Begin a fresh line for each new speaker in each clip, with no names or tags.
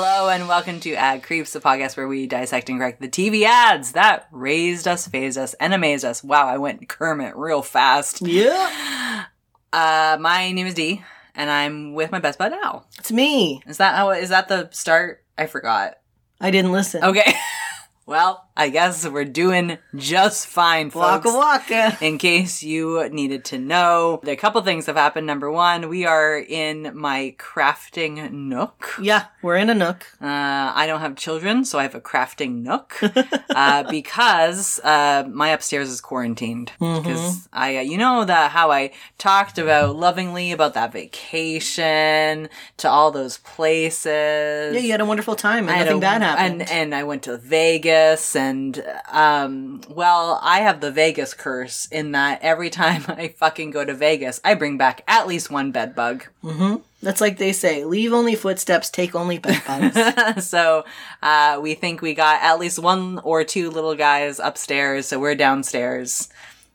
welcome to Ad Creeps, the podcast where we dissect and correct the TV ads that raised us, phased us, and amazed us. Wow, I went Kermit real fast.
Yeah.
Uh, my name is Dee, and I'm with my best bud Al.
It's me.
Is that how? Is that the start? I forgot.
I didn't listen.
Okay. well, I guess we're doing just fine, folks.
Waka waka.
In case you needed to know, a couple things have happened. Number one, we are in my crafting nook.
Yeah, we're in a nook.
Uh, I don't have children, so I have a crafting nook uh, because uh, my upstairs is quarantined.
Mm-hmm.
Because I, uh, you know, that how I talked about lovingly about that vacation to all those places.
Yeah, you had a wonderful time and
I had
nothing
a-
bad happened.
And, and I went to Vegas, and um, well, I have the Vegas curse in that every time I fucking go to Vegas, I bring back at least one bed bug. e-
That's like they say, leave only footsteps, take only bed bugs.
so uh, we think we got at least one or two little guys upstairs, so we're downstairs.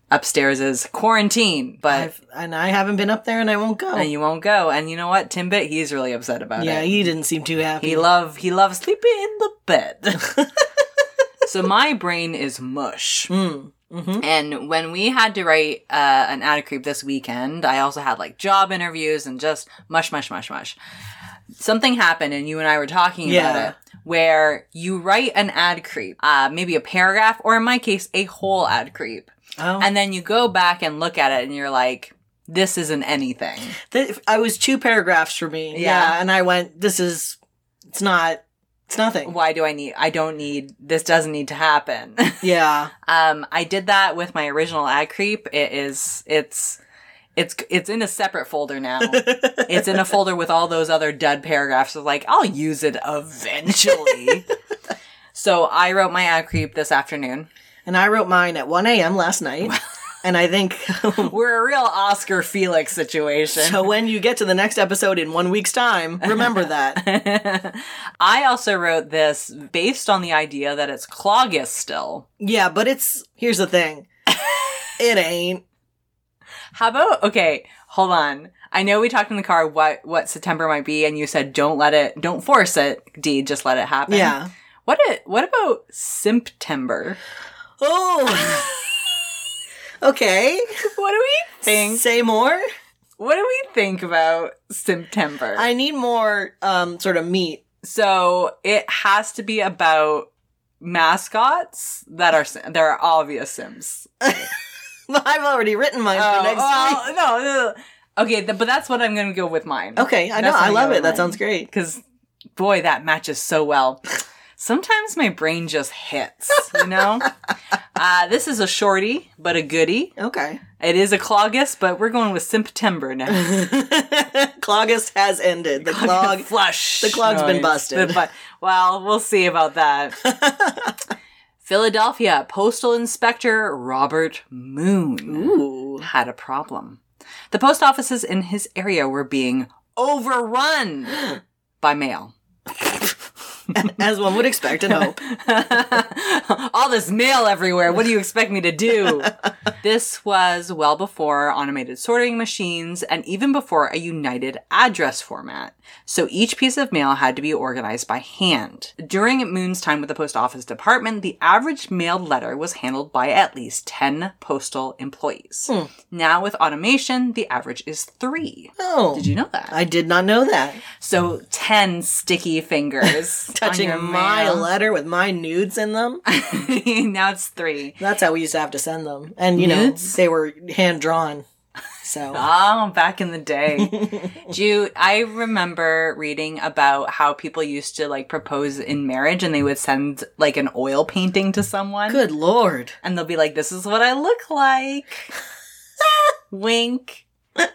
Upstairs is quarantine, but
I've, and I haven't been up there and I won't go.
and you won't go. And you know what, Timbit, he's really upset about
yeah,
it.
he didn't seem too happy.
He love he loves sleeping in the bed. so my brain is mush.
Hmm, mm-hmm.
And when we had to write uh, an ad creep this weekend, I also had like job interviews and just mush, mush, mush, mush. Something happened, and you and I were talking
Yeah.
about it, where you write an ad creep, uh, maybe a paragraph, or in my case, a whole ad creep,
oh.
and then you go back and look at it, and you're like, "This isn't anything."
Th- I was two paragraphs for me.
Yeah.
and I went, this is, it's not, it's nothing.
Why do I need? I don't need. This doesn't need to happen.
Yeah.
Um, I did that with my original ad creep. It is, it's, it's, it's in a separate folder now. it's in a folder with all those other dud paragraphs of like, I'll use it eventually. so I wrote my ad creep this afternoon.
And I wrote mine at 1 a.m. last night. and I think,
We're a real Oscar Felix situation.
so when you get to the next episode in one week's time, remember that.
I also wrote this based on the idea that it's Clogus still.
yeah, but it's, here's the thing. It ain't.
How about okay, hold on. I know we talked in the car what what September might be, and you said don't let it, don't force it, D, just let it happen.
Yeah.
What it, what about September?
Oh. okay.
What do we think?
Say more.
What do we think about September?
I need more um sort of meat.
so it has to be about mascots that are sim- that are obvious Sims.
I've already written mine
Oh,
for next week.
well, no, no, no. Okay, th- but that's what I'm going to go with mine.
Okay, I know. I love it. That sounds great.
Because, boy, that matches so well. Sometimes my brain just hits, you know? uh, this is a shorty, but a goodie.
Okay.
It is a Clogus, but we're going with September now.
Clogist has ended. The clog.
flush.
the clog's been busted.
The bu- well, we'll see about that. Philadelphia Postal Inspector Robert Moon
Ooh.
had a problem. The post offices in his area were being overrun by mail.
As one would expect and hope.
All this mail everywhere. What do you expect me to do? this was well before automated sorting machines and even before a united address format. So each piece of mail had to be organized by hand. During Moon's time with the post office department, the average mailed letter was handled by at least 10 postal employees.
Hmm.
Now with automation, the average is three.
Oh.
Did you know that?
I did not know that.
So 10 sticky fingers on
Touching
your
my
mail.
letter with my nudes in them.
now it's three.
That's how we used to have to send them. And, you
Nudes?
know, they were hand drawn. So.
Oh, back in the day. Do you, I remember reading about how people used to like propose in marriage and they would send like an oil painting to someone
Good lord.
and they'll be like, this is what I look like. Wink.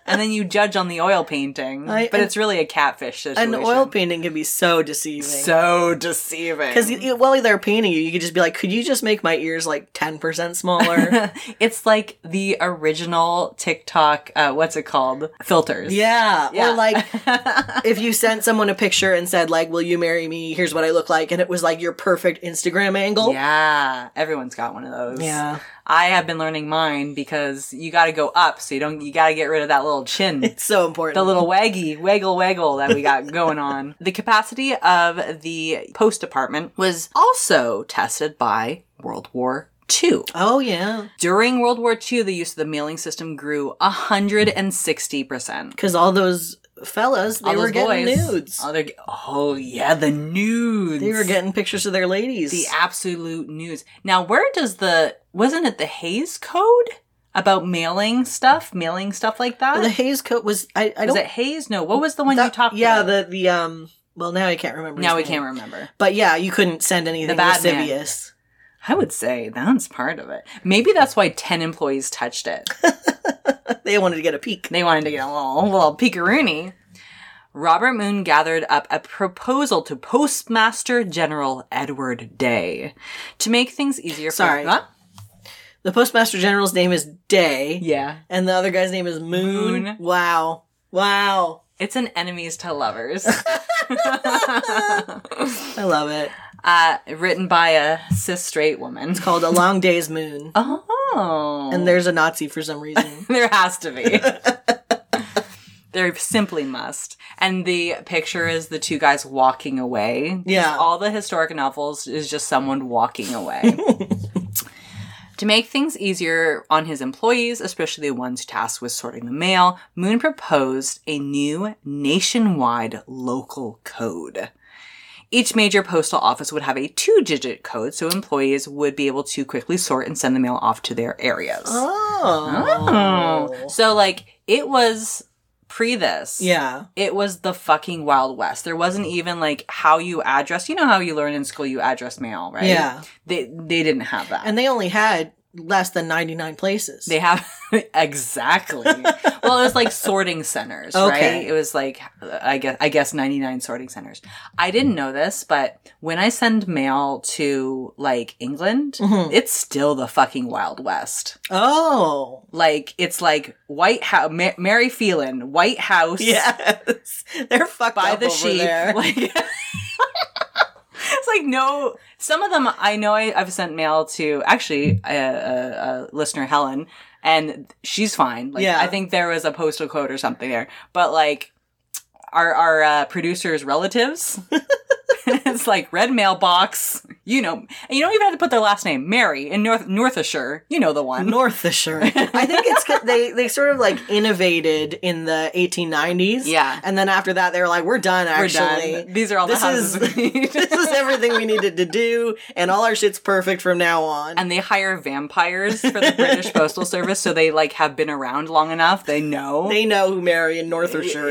And then you judge on the oil painting,
I-
but it's really a catfish situation.
An oil painting can be so deceiving.
So deceiving.
Because while they're painting you, you could just be like, could you just make my ears like 10% smaller?
it's like the original TikTok, uh, what's it called? Filters.
yeah.
Yeah.
Or like, if you sent someone a picture and said, like, will you marry me? Here's what I look like. And it was like your perfect Instagram angle.
Yeah. Everyone's got one of those.
Yeah.
I have been learning mine because you got to go up, so you don't you got to get rid of that little chin.
It's so important.
The little waggy, waggle, waggle that we got going on. The capacity of the post department was also tested by World War II.
oh yeah,
During World War II, the use of the mailing system grew 160%.
because all those fellas they
All
were
those
getting
boys-
nudes.
all their- oh, yeah, the nudes.
They were getting pictures of their ladies.
the absolute nudes. Now, where does the, wasn't it the Hayes Code about mailing stuff, mailing stuff like that?
the Hayes coat was I, I
was
don't
it Hayes? No, what was the one you
that-
talked
Yeah,
about?
the the um. Well, now I can't remember.
now we
his name.
can't remember.
But yeah, you couldn't send anything
The bad man.
lascivious.
I would say that's part of it. Maybe that's why 10 employees touched it.
They wanted to get a peek.
They wanted to get a little, little peekaroonie. Robert Moon gathered up a proposal to Postmaster General Edward Day to make things easier for
Sorry.
Huh?
The postmaster general's name is Day,
Yeah.
and the other guy's name is Moon.
Moon.
Wow, wow,
It's an enemies to lovers.
I love it.
uh, written by a cis straight woman.
Called a long day's moon,
Oh.
and there's a Nazi for some reason.
There has to be. there simply must. And the picture is the two guys walking away. 'Cause
Yeah.
All the historic novels is just someone walking away. To make things easier on his employees, especially the ones tasked with sorting the mail, Moon proposed a new nationwide local code. Each major postal office would have a two digit code so employees would be able to quickly sort and send the mail off to their areas.
Oh.
So like it was pre this.
yeah,
It was the fucking Wild West. There wasn't even like how you address. You know how you learn in school you address mail, right?
yeah,
They they didn't have that.
and they only had less than ninety nine places.
they have exactly. well, it was like sorting centers, right?
Okay.
It was like I guess I guess 99 sorting centers. I didn't know this, but when I send mail to like England,
Mhm.
it's still the fucking Wild West.
Oh,
Like it's like White House, Ma- Mary Phelan, White House,
yes, they're fucked
by
up
the
over
sheep.
there.
Like it's like no. Some of them I know I, I've sent mail to actually a, a, a listener Helen, and she's fine. Like
Yeah.
I think there was a postal code or something there, but like our our uh, producers' relatives. it's like red mailbox, you know. And you don't even have to put their last name, Mary in North Northshire. You know the one.
Northshire. I think it's 'cause they they sort of like innovated in the 1890s.
Yeah.
and then after that they were like, we're done.
We're
Actually,
done. These are all
this
the houses
is-
we need.
this is everything we needed to do, and all our shit's perfect from now on.
and they hire vampires for the British Postal Service, so they like have been around long enough. They know.
they know who Mary in Northshire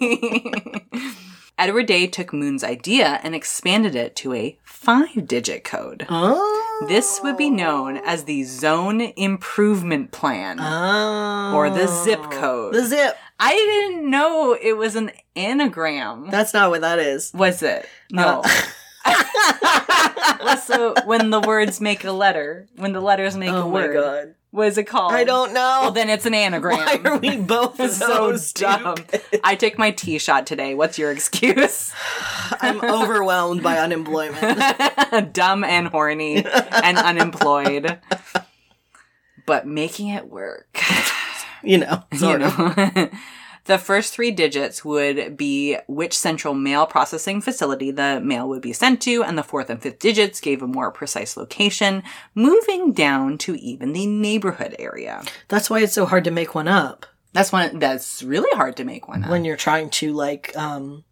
Yeah. Edward Day took Moon's idea and expanded it to a five-digit code.
Oh.
This would be known as the Zone Improvement Plan.
Oh.
Or the zip code.
The zip.
I didn't know it was an anagram.
That's not what that Uh. is.
was it? No. so when the words make a letter, when the letters make a
Oh my
word,
god.
what is it called?
I don't know.
Oh. Well, then it's an anagram.
Why are we both
so
so,
dumb.
dumb?
I took my tea shot today. What's your excuse?
I'm overwhelmed by unemployment.
dumb and horny and unemployed. But making it work.
You know.
you
Sort of.
know. the first three digits would be which central mail processing facility the mail would be sent to, and the fourth and fifth digits gave a more precise location, moving down to even the neighborhood area.
That's why it's so hard to make one up
That's one that's really hard to make one up.
when you're trying to like um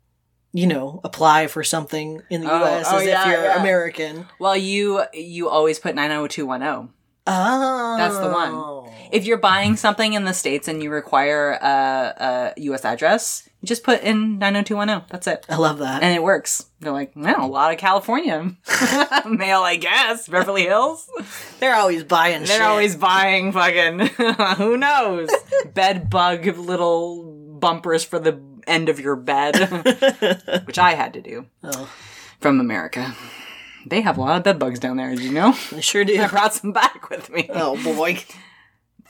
you know, apply for something in the
Oh,
US
oh,
as
yeah,
if you're
yeah.
American.
Well, you you always put 90210.
Oh.
the one. oh. If you're buying something in the states and you require a, a US address, you just put in 90210. That's it.
I love that.
And it works. They're like, well, a lot of California mail, I guess. Beverly Hills.
They're always buying shit.
They're always buying fucking who knows bed bug little bumpers for the end of your bed, which I had to do
Oh.
from America. They have a lot of bed bugs down there, did you know?
They sure do.
I brought some back with me.
oh boy.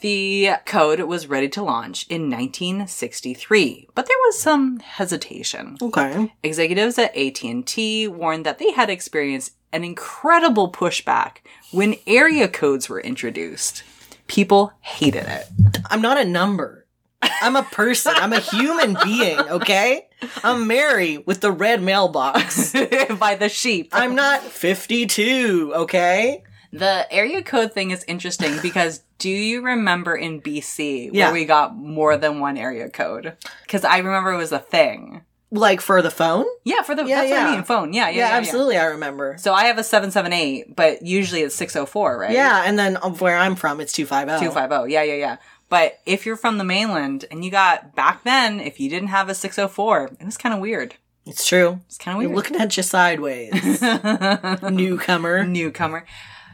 The code was ready to launch in 1963, but there was some hesitation.
Okay.
Executives at AT&T warned that they had experienced an incredible pushback when area codes were introduced. People hated it.
I'm not a number. I'm a person. I'm a human being, okay? I'm Mary with the red mailbox.
by the sheep.
I'm not 52, okay?
The area code thing is interesting because do you remember in BC where
Yeah.
we got more than one area code? Because I remember it was a thing.
Like for the phone?
Yeah, for the
Yeah,
that's what I
yeah.
mean, phone. Yeah, yeah,
Yeah,
yeah, yeah.
absolutely, I remember.
So I have a seven seven eight, but usually it's six oh four, right?
Yeah, and then of where I'm from, it's 250.
two five oh. Yeah, yeah, yeah. But if you're from the mainland and you got back then, if you didn't have a six oh four, it was kind of weird.
It's true.
It's kind of
We're
weird.
looking at you sideways, newcomer.
newcomer.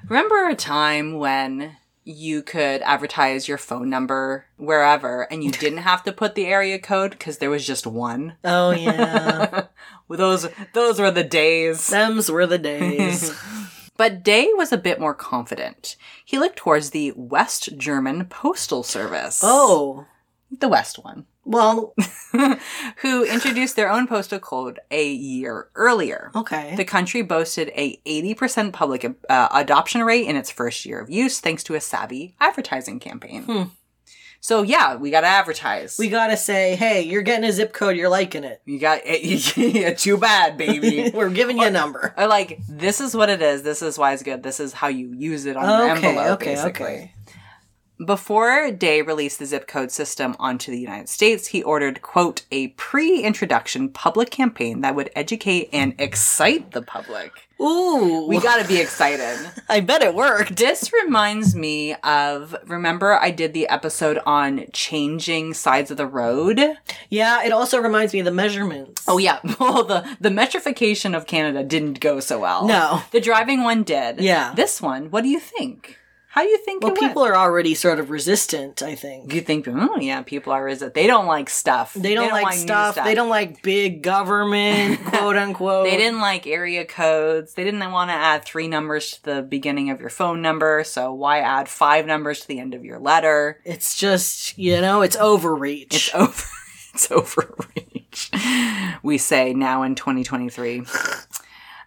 Remember a time when you could advertise your phone number wherever and you didn't have to put the area code because there was just one?
Oh, yeah.
Those those were the days.
Them's were the days.
But Day was a bit more confident. He looked towards the West German Postal Service.
Oh,
the West one.
well,
Who introduced their own postal code a year earlier.
okay.
The country boasted a 80% public uh, adoption rate in its first year of use thanks to a savvy advertising campaign. So yeah, we got to advertise.
Hmm. we gotta say, hey, you're getting a zip code, you're liking it.
you got yeah, too bad, baby.
We're giving you a number.
Or like this is what it is. This is why it's good. This is how you use it on your
Okay,
envelope
okay,
basically.
okay.
Before Day released the zip code system onto the United States, he ordered, quote, a pre introduction public campaign that would educate and excite the public.
Ooh,
We gotta be excited.
I bet it worked.
This reminds me of remember I did the episode on changing sides of the road?
Yeah, it also reminds me of the measurements.
Oh yeah. Well the the metrification of Canada didn't go so well.
No.
The driving one did.
Yeah.
This one, what do you think? How do you think
well,
it
people
went?
are already sort of resistant. I think
you think, oh yeah, people are is it they don't like stuff.
they don't, like
new
stuff, They don't like big government, quote unquote.
They didn't like area codes. They didn't want to add three numbers to the beginning of your phone number, so why add five numbers to the end of your letter?
It's just you know, it's overreach.
It's over. It's overreach. We say now in 2023.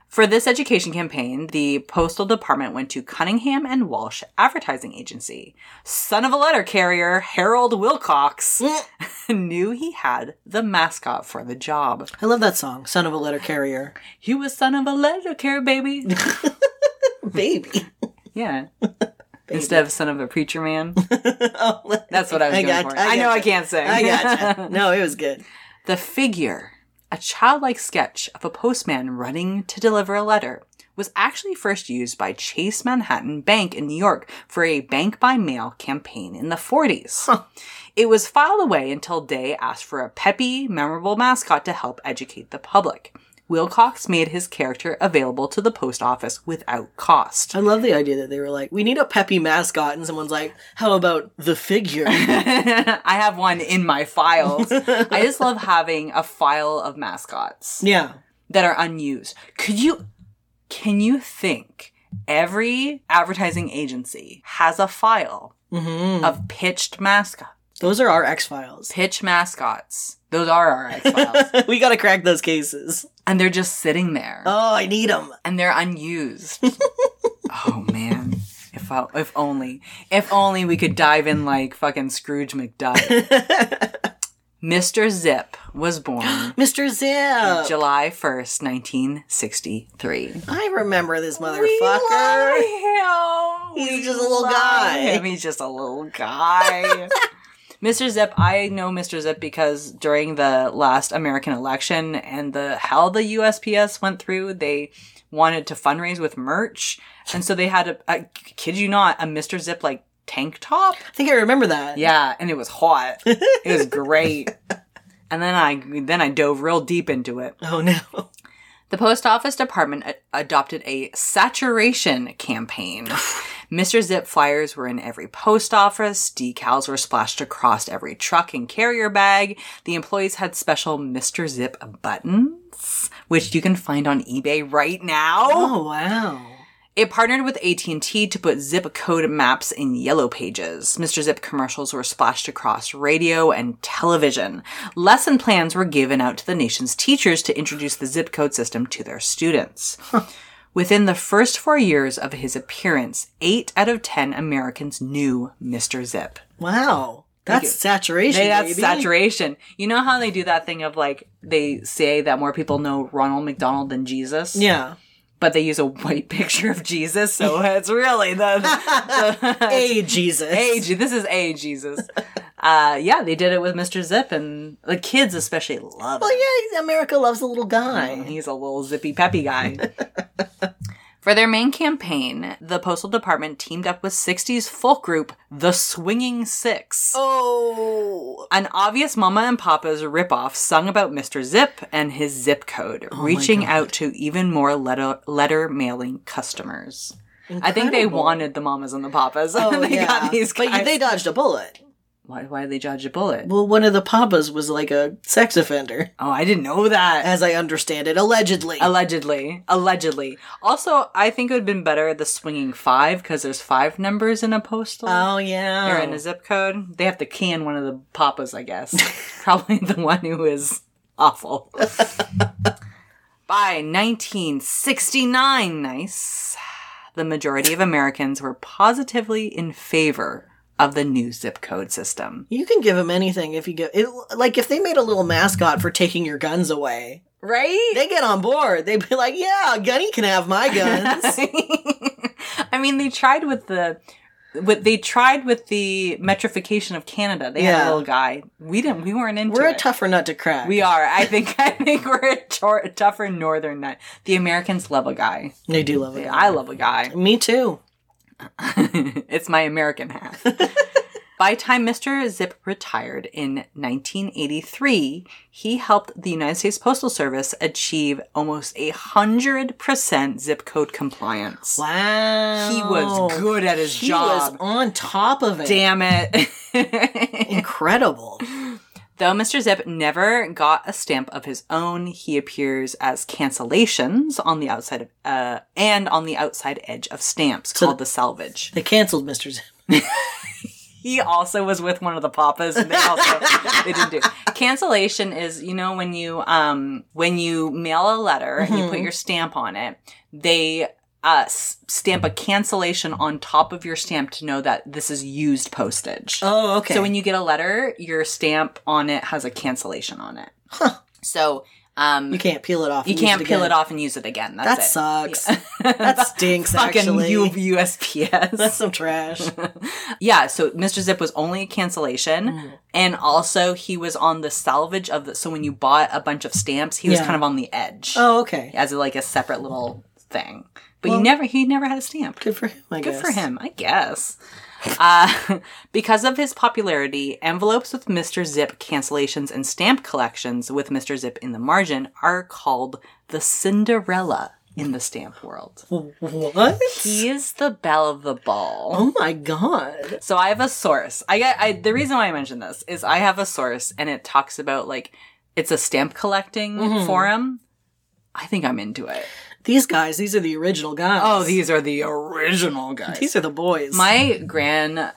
For this education campaign, the postal department went to Cunningham and Walsh Advertising Agency. Son of a letter carrier, Harold Wilcox knew he had the mascot for the job.
I love that song, "Son of a Letter Carrier."
He was son of a letter carrier, baby.
Baby,
Yeah. Instead of son of a preacher man. That's what I was
I
going
got-
for.
I
I, know I
gotcha.
can't sing.
I gotcha. No, it was good.
The figure, a childlike sketch of a postman running to deliver a letter, was actually first used by Chase Manhattan Bank in New York for a bank by mail campaign in the 40s. It was filed away until Day asked for a peppy, memorable mascot to help educate the public. Wilcox made his character available to the post office without cost.
I love the idea that they were like, "We need a peppy mascot," and someone's like, "How about the figure?"
I have one in my files. I just love having a file of mascots.
yeah,
that are unused. Could you can you think every advertising agency has a file of pitched mascot
Mm-hmm. those are our X Files.
pitch mascots. Those are our X files.
we gotta crack those cases.
and they're just sitting there.
Oh, I need them.
And they're unused. oh man. If, I, if only, if only we could dive in like fucking Scrooge McDuck. Mr. Zip was born
Mr. Zip.
July 1st, 1963.
I remember this motherfucker.
love him.
He's
We
just a little
love
guy.
him. He's just a little guy. Mr. Zip, I know Mr. Zip because during the last American election and the how the USPS went through, they wanted to fundraise with merch, and so they had a, I kid you not, a Mr. Zip like tank top.
I think I remember that.
Yeah, and it was hot. it was great. And then I then I dove real deep into it.
Oh no.
The post office department a- adopted a saturation campaign. Mr. Zip flyers were in every post office, decals were splashed across every truck and carrier bag. The employees had special Mr. Zip buttons, which you can find on eBay right now.
Oh wow.
It partnered with AT&T to put zip code maps in yellow pages. Mr. Zip commercials were splashed across radio and television. Lesson plans were given out to the nation's teachers to introduce the zip code system to their students. Within the first four years of his appearance, eight out of 10 Americans knew Mr. Zip.
Wow. That's
you.
saturation.
Hey, that's
baby.
saturation. You know how they do that thing of like, they say that more people know Ronald McDonald than Jesus?
Yeah.
But they use a white picture of Jesus, so it's really the. the
A Jesus.
Hey, Je- this is a Jesus. Uh, yeah, they did it with Mr. Zip, and the kids especially love it.
Well, Oh, yeah, America loves a little guy.
He's a little zippy peppy guy. For their main campaign, the Postal Department teamed up with 60s folk group The Swinging Six,
Oh.
an obvious Mama and Papa's ripoff sung about Mr. Zip and his zip code,
Oh
reaching out to even more letter, letter mailing customers. I think they
Incredible.
wanted the Mamas and the Papas. and they got these guys.
Oh, But they dodged a bullet.
why, why did they dodge a bullet?
Well, one of the papas was like a sex offender,
Oh, I didn't know that.
as I understand it, allegedly.
Allegedly. Allegedly. Also, I think it would have been better the swinging five because there's five numbers in a postal
oh
or
yeah.
in a zip code. They have to can one of the papas, I guess. Probably the one who is awful. By 1969, nice, the majority of Americans were positively in favor of the new zip code system.
you can give them anything if you give it. Like if they made a little mascot for taking your guns away,
Right?
they get on board. They'd be like, "Yeah, Gunny can have my guns."
I mean, they tried with the, with they tried with the metrification of Canada. They had
Yeah.
a little guy. We didn't. We weren't into
We're a
it.
tougher nut to crack.
we are. I think. I think we're a tor- tougher northern nut. The Americans love a guy.
they do love it.
I love a guy.
Me too.
it's my American half. By time Mr. Zip retired in 1983, he helped the United States Postal Service achieve almost 100% zip code compliance.
Wow.
He was good at his
He
job.
was on top of it.
Damn it.
Incredible.
Though Mr. Zip never got a stamp of his own, he appears as cancellations on the outside of, uh, and on the outside edge of stamps called the salvage.
They canceled Mr. Zip.
He also was with one of the papas and they also they didn't do. Cancellation is, you know, when you um when you mail a letter and you put your stamp on it, they uh, s- stamp a cancellation on top of your stamp to know that this is used postage.
Oh, okay.
So when you get a letter, your stamp on it has a cancellation on it.
Huh.
So um,
you
you,
can't peel it off. and use
can't peel
again.
it off and use it again. That's
That
it.
sucks.
Yeah.
That stinks.
fucking
actually,
U- USPS.
that's some trash.
yeah. So Mr. Zip was only a cancellation,
Mm.
and also he was on the salvage of the. So when you bought a bunch of stamps, he was
Yeah.
kind of on the edge
oh, okay.
as like a separate little thing. But he never he never had a stamp.
Good for him. I
Good
guess.
for him, I guess. Uh, because of his popularity, envelopes with Mr. Zip cancellations and stamp collections with Mr. Zip in the margin are called the Cinderella in the stamp world.
What?
He is the belle of the ball.
Oh my god.
So I have a source. I, got- I the reason why I mention this is I have a source and it talks about like it's a stamp collecting forum. I think I'm into it.
These guys. These are the original guys.
Oh, these are the original guys.
These are the boys.
My gran,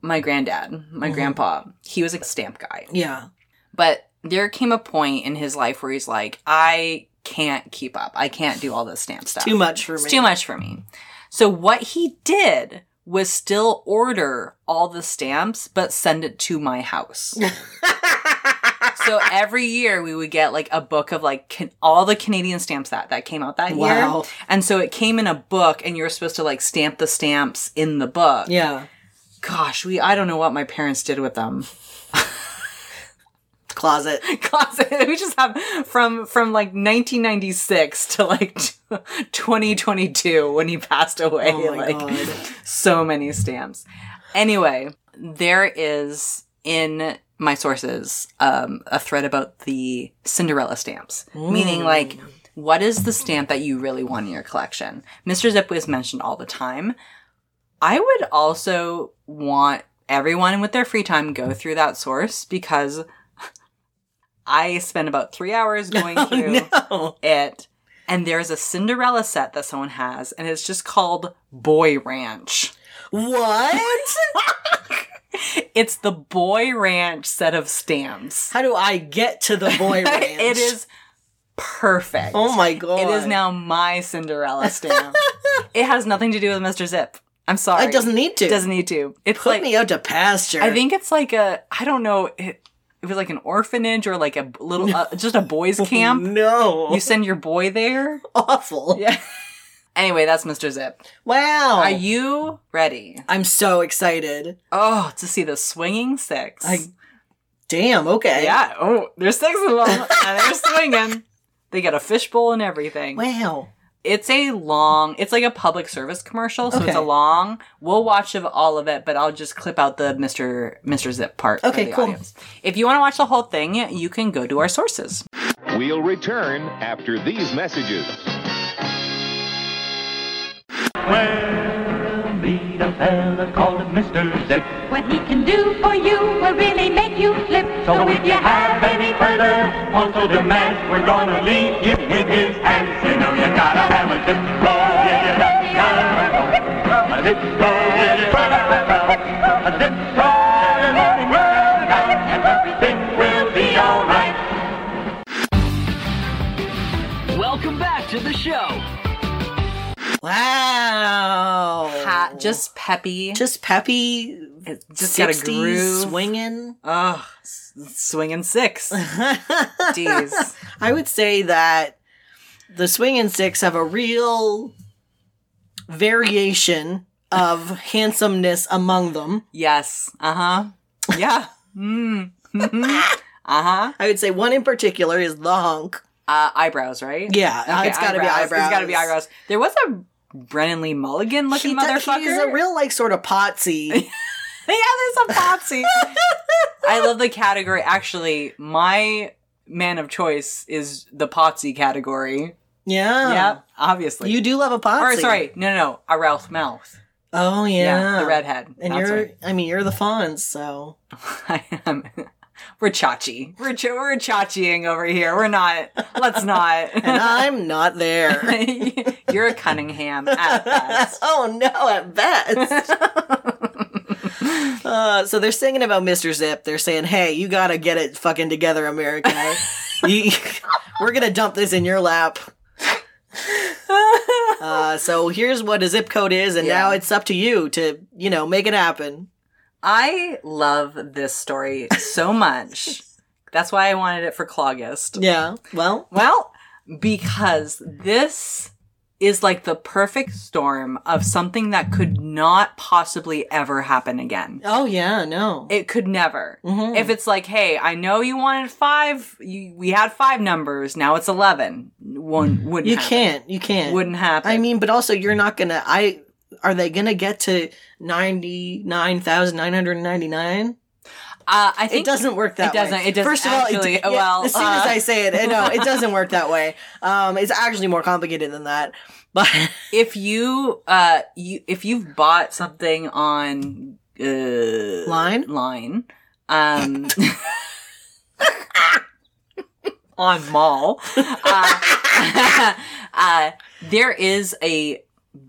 my granddad,
Mm-hmm.
my grandpa, he was a stamp guy.
yeah.
But there came a point in his life where he's like, I can't keep up. I can't do all this stamp stuff.
Too much for
It's
me.
too much for me. So what he did was still order all the stamps, but send it to my house. so every year we would get like a book of like can- all the Canadian stamps that that came out that
Wow.
year. And so it came in a book, and you were supposed to like stamp the stamps in the book
Yeah.
gosh, we I don't know what my parents did with them.
Closet.
Closet. We just have from from like 1996 to like 2022 when he passed away.
Oh my
like
god.
so many stamps. Anyway, there is in my sources um, a thread about the Cinderella stamps, meaning like what is the stamp that you really want in your collection? Mr. Zip was mentioned all the time. I would also want everyone with their free time go through that source because I spent about three hours going through
Oh, No.
it. And there's a Cinderella set that someone has, and it's just called Boy Ranch.
What?
It's the Boy Ranch set of stamps.
How do I get to the boy ranch?
It is perfect.
Oh my god.
It is now my Cinderella stamp. it has nothing to do with Mr. Zip. I'm sorry.
It doesn't need to.
It doesn't need to. It's
Put
like
me out to pasture.
I think it's like a I don't know it, it was like an orphanage or like a little uh, just a boys camp.
Oh, No.
You send your boy there.
awful.
Yeah. anyway, that's Mr. Zip.
Wow.
Are you ready?
I'm so excited.
Oh, to see the swinging six.
I- Damn. Okay.
yeah. Oh, there's six of them, and they're swinging. They got a fishbowl and everything.
Wow.
It's a long. It's like a public service commercial, so it's
Okay.
a long. We'll watch of all of it, but I'll just clip out the Mister Mister Zip part. for
Okay,
the
cool.
audience. If you want to watch the whole thing, you can go to our sources.
We'll return after these messages.
Well, meet a fella called Mr. Zip.
What he can do for you will really make you flip.
So if you have any further wants or demands, we're gonna leave you with his hands. You know you gotta have a zip. Roll, yeah, you gotta have a zip. Roll, yeah, you gotta have a zip. Roll, and everything will be right, and everything will be alright.
Welcome back to the show.
Wow.
Pat, just peppy.
just peppy.
It's just got a
60s
groove. Uh.
swinging.
Ugh, s- swinging six. Jeez.
I would say that the swinging six have a real variation of handsomeness among them.
Yes. Uh huh. Yeah. Mm. uh-huh.
I would say one in particular is the hunk.
Uh Eyebrows, right?
Yeah, uh,
Okay,
it's got to be
eyebrows.
eyebrows.
It's got to be eyebrows. There was a Brennan Lee Mulligan
He
looking
does-
motherfucker.
He's a real like sort of potsy.
yeah, there's a Potsy. I love the category. Actually, my man of choice is the Potsy category.
yeah.
Yep, obviously.
You do love a potsy.
Or sorry, no, no, no, a Ralph Mouth.
Oh yeah.
Yeah, the redhead.
And
That's
you're
right.
I mean you're the Fonz, so
I am. We're chachi. We're ch- we're chachiing over here. We're not. Let's not.
and I'm not there.
You're a Cunningham at best.
oh no, at best. uh, so they're singing about Mr. Zip. They're saying, "Hey, you gotta get it fucking together, America. You- we're gonna dump this in your lap." Uh, so here's what a zip code is, and now
Yeah.
it's up to you to, you know, make it happen.
I love this story so much. That's why I wanted it for Clogist.
Yeah. Well,
Well, because this is like the perfect storm of something that could not possibly ever happen again.
oh yeah, no.
It could never.
Mhm.
If it's like, hey, I know you wanted five, you, we had five numbers, now it's 11. One wouldn't
you
happen.
can't. You can't.
Wouldn't happen.
I mean, but also you're not gonna. I are they gonna get to ninety nine thousand nine hundred ninety nine?
uh, I think
It doesn't work that.
it doesn't-
way.
it doesn't
First of all, it-
actually-
yeah,
well,
as soon as
uh,
I say it, I know it doesn't work that way. Um, it's actually more complicated than that. But
if you uh you if you've bought something on uh
Line?
line um on mall uh, uh there is a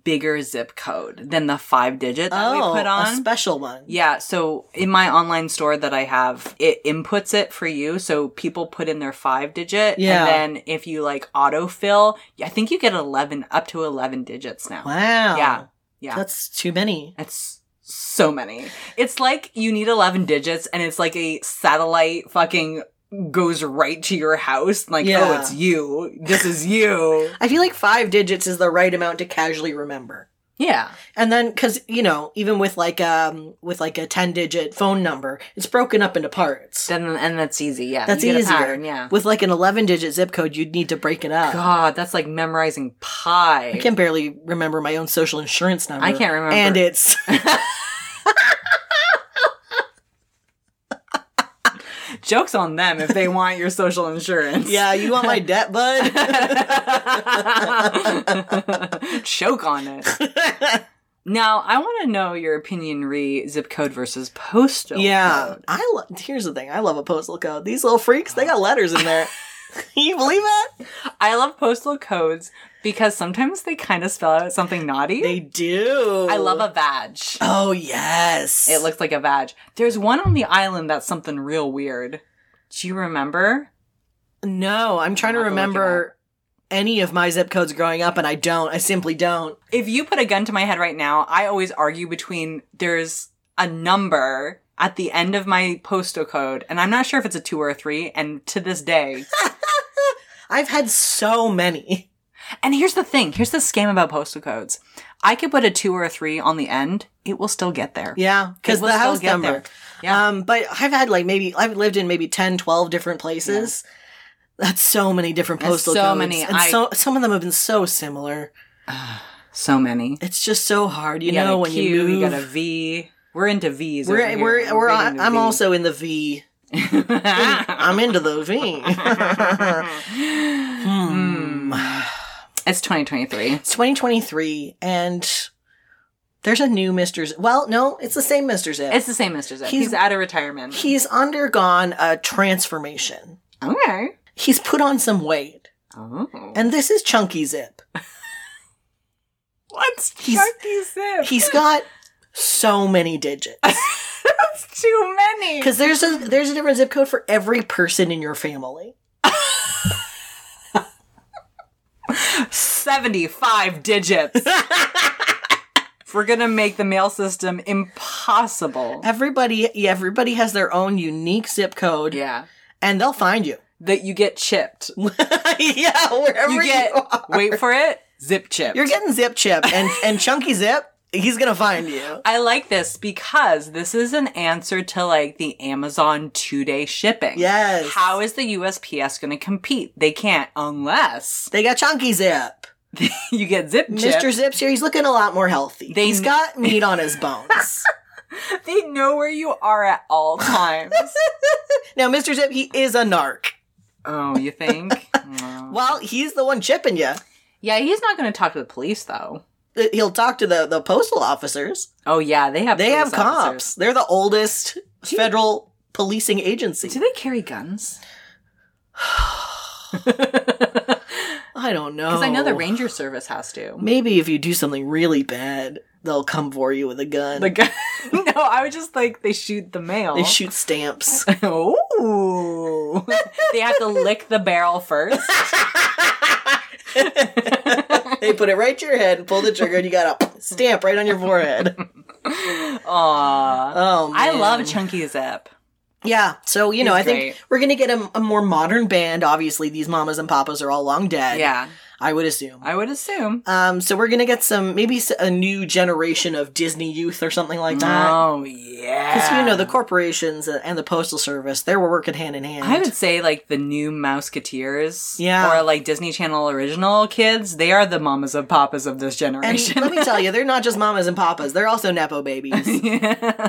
bigger zip code than the five digit that
oh,
we put on
a special one.
yeah, so in my online store that I have, it inputs it for you. So people put in their five digit.
Yeah.
And then if you like autofill, I think you get 11, up to 11 digits now.
Wow.
Yeah. Yeah.
That's too many.
That's so many. It's like you need 11 digits and it's like a satellite fucking goes right to your house. Like,
Yeah.
oh, it's you. This is you.
I feel like five digits is the right amount to casually remember.
yeah.
And then, because you know, even with like um with like a ten digit phone number, it's broken up into parts.
Then, and that's easy. Yeah.
That's
Uh, You get a
easier.
pattern, yeah.
With like an eleven digit zip code, you'd need to break it up.
God, that's like memorizing pie.
I can barely remember my own social insurance number.
I can't remember.
And it's
Joke's on them if they want your social insurance.
yeah, you want my debt,
Oh,
bud?
Choke on it. now, I want to know your opinion re zip code versus postal.
yeah.
code.
I lo- here's the thing. I love a postal code. These little freaks, they got letters in there. you believe that?
I love postal codes because sometimes they kind of spell out something naughty.
They do.
I love a vag.
Oh yes.
It looks like a vag. There's one on the island that's something real weird. Do you remember?
No, I'm trying to
I'll have to look it
remember any of my zip codes growing up, and I don't. I simply don't.
If you put a gun to my head right now, I always argue between there's a number at the end of my postal code, and I'm not sure if it's a two or a three, and to this day.
I've had so many.
and here's the thing here's the scam about postal codes. I could put a two or a three on the end, it will still get there.
Yeah, because
It will
the
still
house
get
number.
there. Yeah.
Um, but I've had like maybe I've lived in maybe 10, 12 different places. That's so many different
That's
postal
so
codes.
many.
And
I-
so some of them have been so similar.
So many.
It's just so hard, you,
got
know,
a
when
Q,
you move.
got a V. We're into V's. over
we're
here.
we're, we're
big
on,
into
I'm
V.
also in the V. I'm into the V.
Mm.
hmm.
It's 2023.
It's 2023, and there's a new Mr. Z- well, no, it's the same Mr. Zip.
It's the same Mr. Zip.
He's-
He's, out of retirement.
He's undergone a transformation.
okay.
He's put on some weight,
Oh.
and this is Chunky Zip.
What's
He's-
Chunky Zip?
He's got so many digits
That's too many.
because there's a there's a different zip code for every person in your family.
75 digits. If We're gonna make the mail system impossible.
Everybody, yeah, everybody has their own unique zip code,
Yeah.
and they'll find you.
That you get chipped.
yeah, wherever
You get
are.
wait for it, zip chipped.
You're getting zip chip and and chunky zip. He's gonna find you.
I like this because this is an answer to like the Amazon two day shipping.
Yes.
How is the USPS going to compete? They can't unless
They got chunky zip.
you get zip chip.
Mr. Zip's here. He's looking a lot more healthy.
They-
he's got meat on his bones.
They know where you are at all times.
now, Mr. Zip, he is a narc.
oh, you think?
Well, he's the one chipping you.
yeah, he's not going to talk to the police though.
He'll talk to the, the postal officers.
Oh yeah, they have
They
police
have cops.
officers.
They're the oldest federal policing agency.
Do they carry guns?
I don't know.
Because I know the ranger service has to.
Maybe if you do something really bad, they'll come for you with a gun.
The gun. no, I was just like they shoot the mail.
they shoot stamps.
Oh. they have to lick the barrel first.
they put it right to your head and pull the trigger, and you got a stamp right on your forehead.
Aww.
Oh,
I
man.
love Chunky Zip.
Yeah, so you know,
He's
I think
great.
we're gonna get a, a more modern band. Obviously, these mamas and papas are all long dead.
Yeah,
I would assume.
I would assume.
Um, so we're gonna get some maybe s- a new generation of Disney youth or something like that.
Oh yeah.
Because you know the corporations and and the postal service, they were working hand in hand.
Um, I would say like the new Mouseketeers,
Yeah.
or like Disney Channel original kids. They are the mamas and papas of this
and
generation.
let me tell you, they're not just mamas and papas; they're also nepo babies,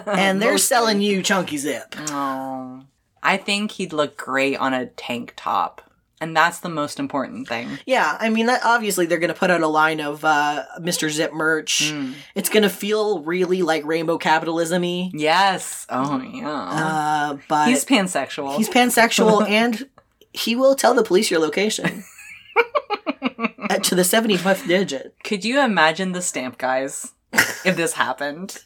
and they're selling you chunky zip.
oh, I think he'd look great on a tank top, and that's the most important thing.
Yeah, I mean, that, obviously they're going to put out a line of uh, Mr. Zip merch.
Mm.
It's going to feel really like rainbow capitalism-y,
Yes. Oh yeah.
uh, but
he's
he's,
pansexual.
pansexual and he will tell the police your location Uh, to the seventy-fifth digit.
Could you imagine the stamp guys if this happened?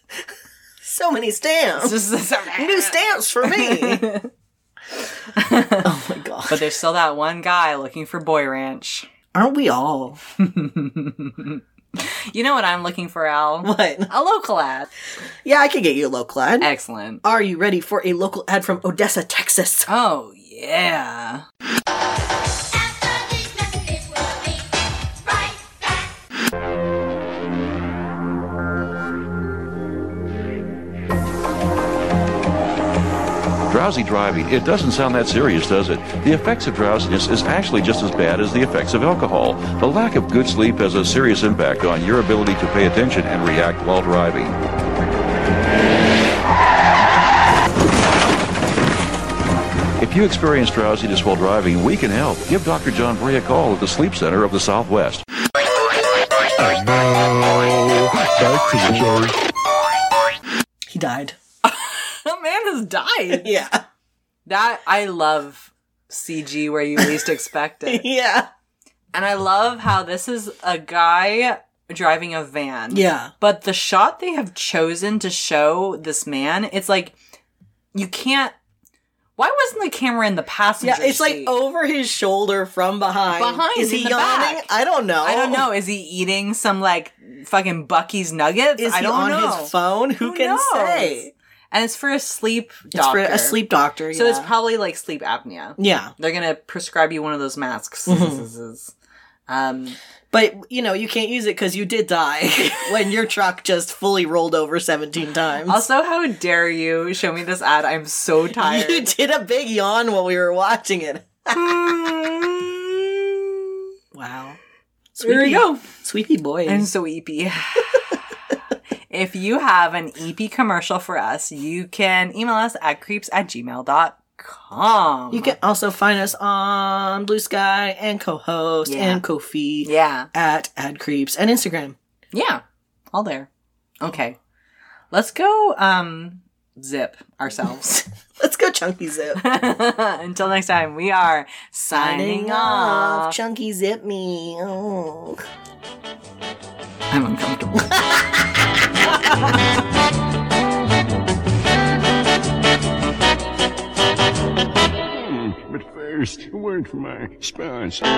So many stamps,
Just
new stamps for me. oh my god!
But there's still that one guy looking for Boy Ranch.
Aren't we all?
You know what I'm looking for, Al?
What?
A local ad.
Yeah, I could get you a local ad.
Excellent.
Are you ready for a local ad from Odessa, Texas?
Oh, yeah.
After these messages, we'll be right back.
Drowsy driving, it doesn't sound that serious, does it? The effects of drowsiness is actually just as bad as the effects of alcohol. The lack of good sleep has a serious impact on your ability to pay attention and react while driving. If you experience drowsiness while driving, we can help. Give Dr. John Bray a call at the Sleep Center of the Southwest.
He died.
That man has died.
Yeah.
That, I love CG where you least expect it.
Yeah.
And I love how this is a guy driving a van.
Yeah.
But the shot they have chosen to show this man, it's like you can't. Why wasn't the camera in the passenger
Yeah, it's like oh,
seat?
over his shoulder from behind.
Behind,
is
in
he
the
yawning?
back.
I don't know.
I don't know. Is he eating some like fucking Bucky's nuggets?
Is
I
he
don't
on
know.
his phone? Who, can
knows?
say?
And it's for a sleep
It's for
doctor.
a sleep doctor.
So it's
yeah.
probably like sleep apnea.
yeah.
They're gonna prescribe you one of those masks.
Mm-hmm.
um,
But you know you can't use it because you did die when your truck just fully rolled over seventeen times.
also, how dare you show me this ad? I'm so tired.
you did a big yawn while we were watching it. wow. Sweepy,
There we go.
Sweepy boys.
I'm so E eepy. if you have an eepy commercial for us, you can email us at creeps at gmail.com.
you can also find us on Blue Sky and co-host
Yeah.
and Kofi
Yeah.
at Ad Creeps and Instagram.
Yeah. All there. Okay. Let's go um zip ourselves.
Let's go, Chunky Zip.
Until next time, we are signing off.
Chunky Zip me. Oh.
I'm uncomfortable.
But first, a word from our sponsor.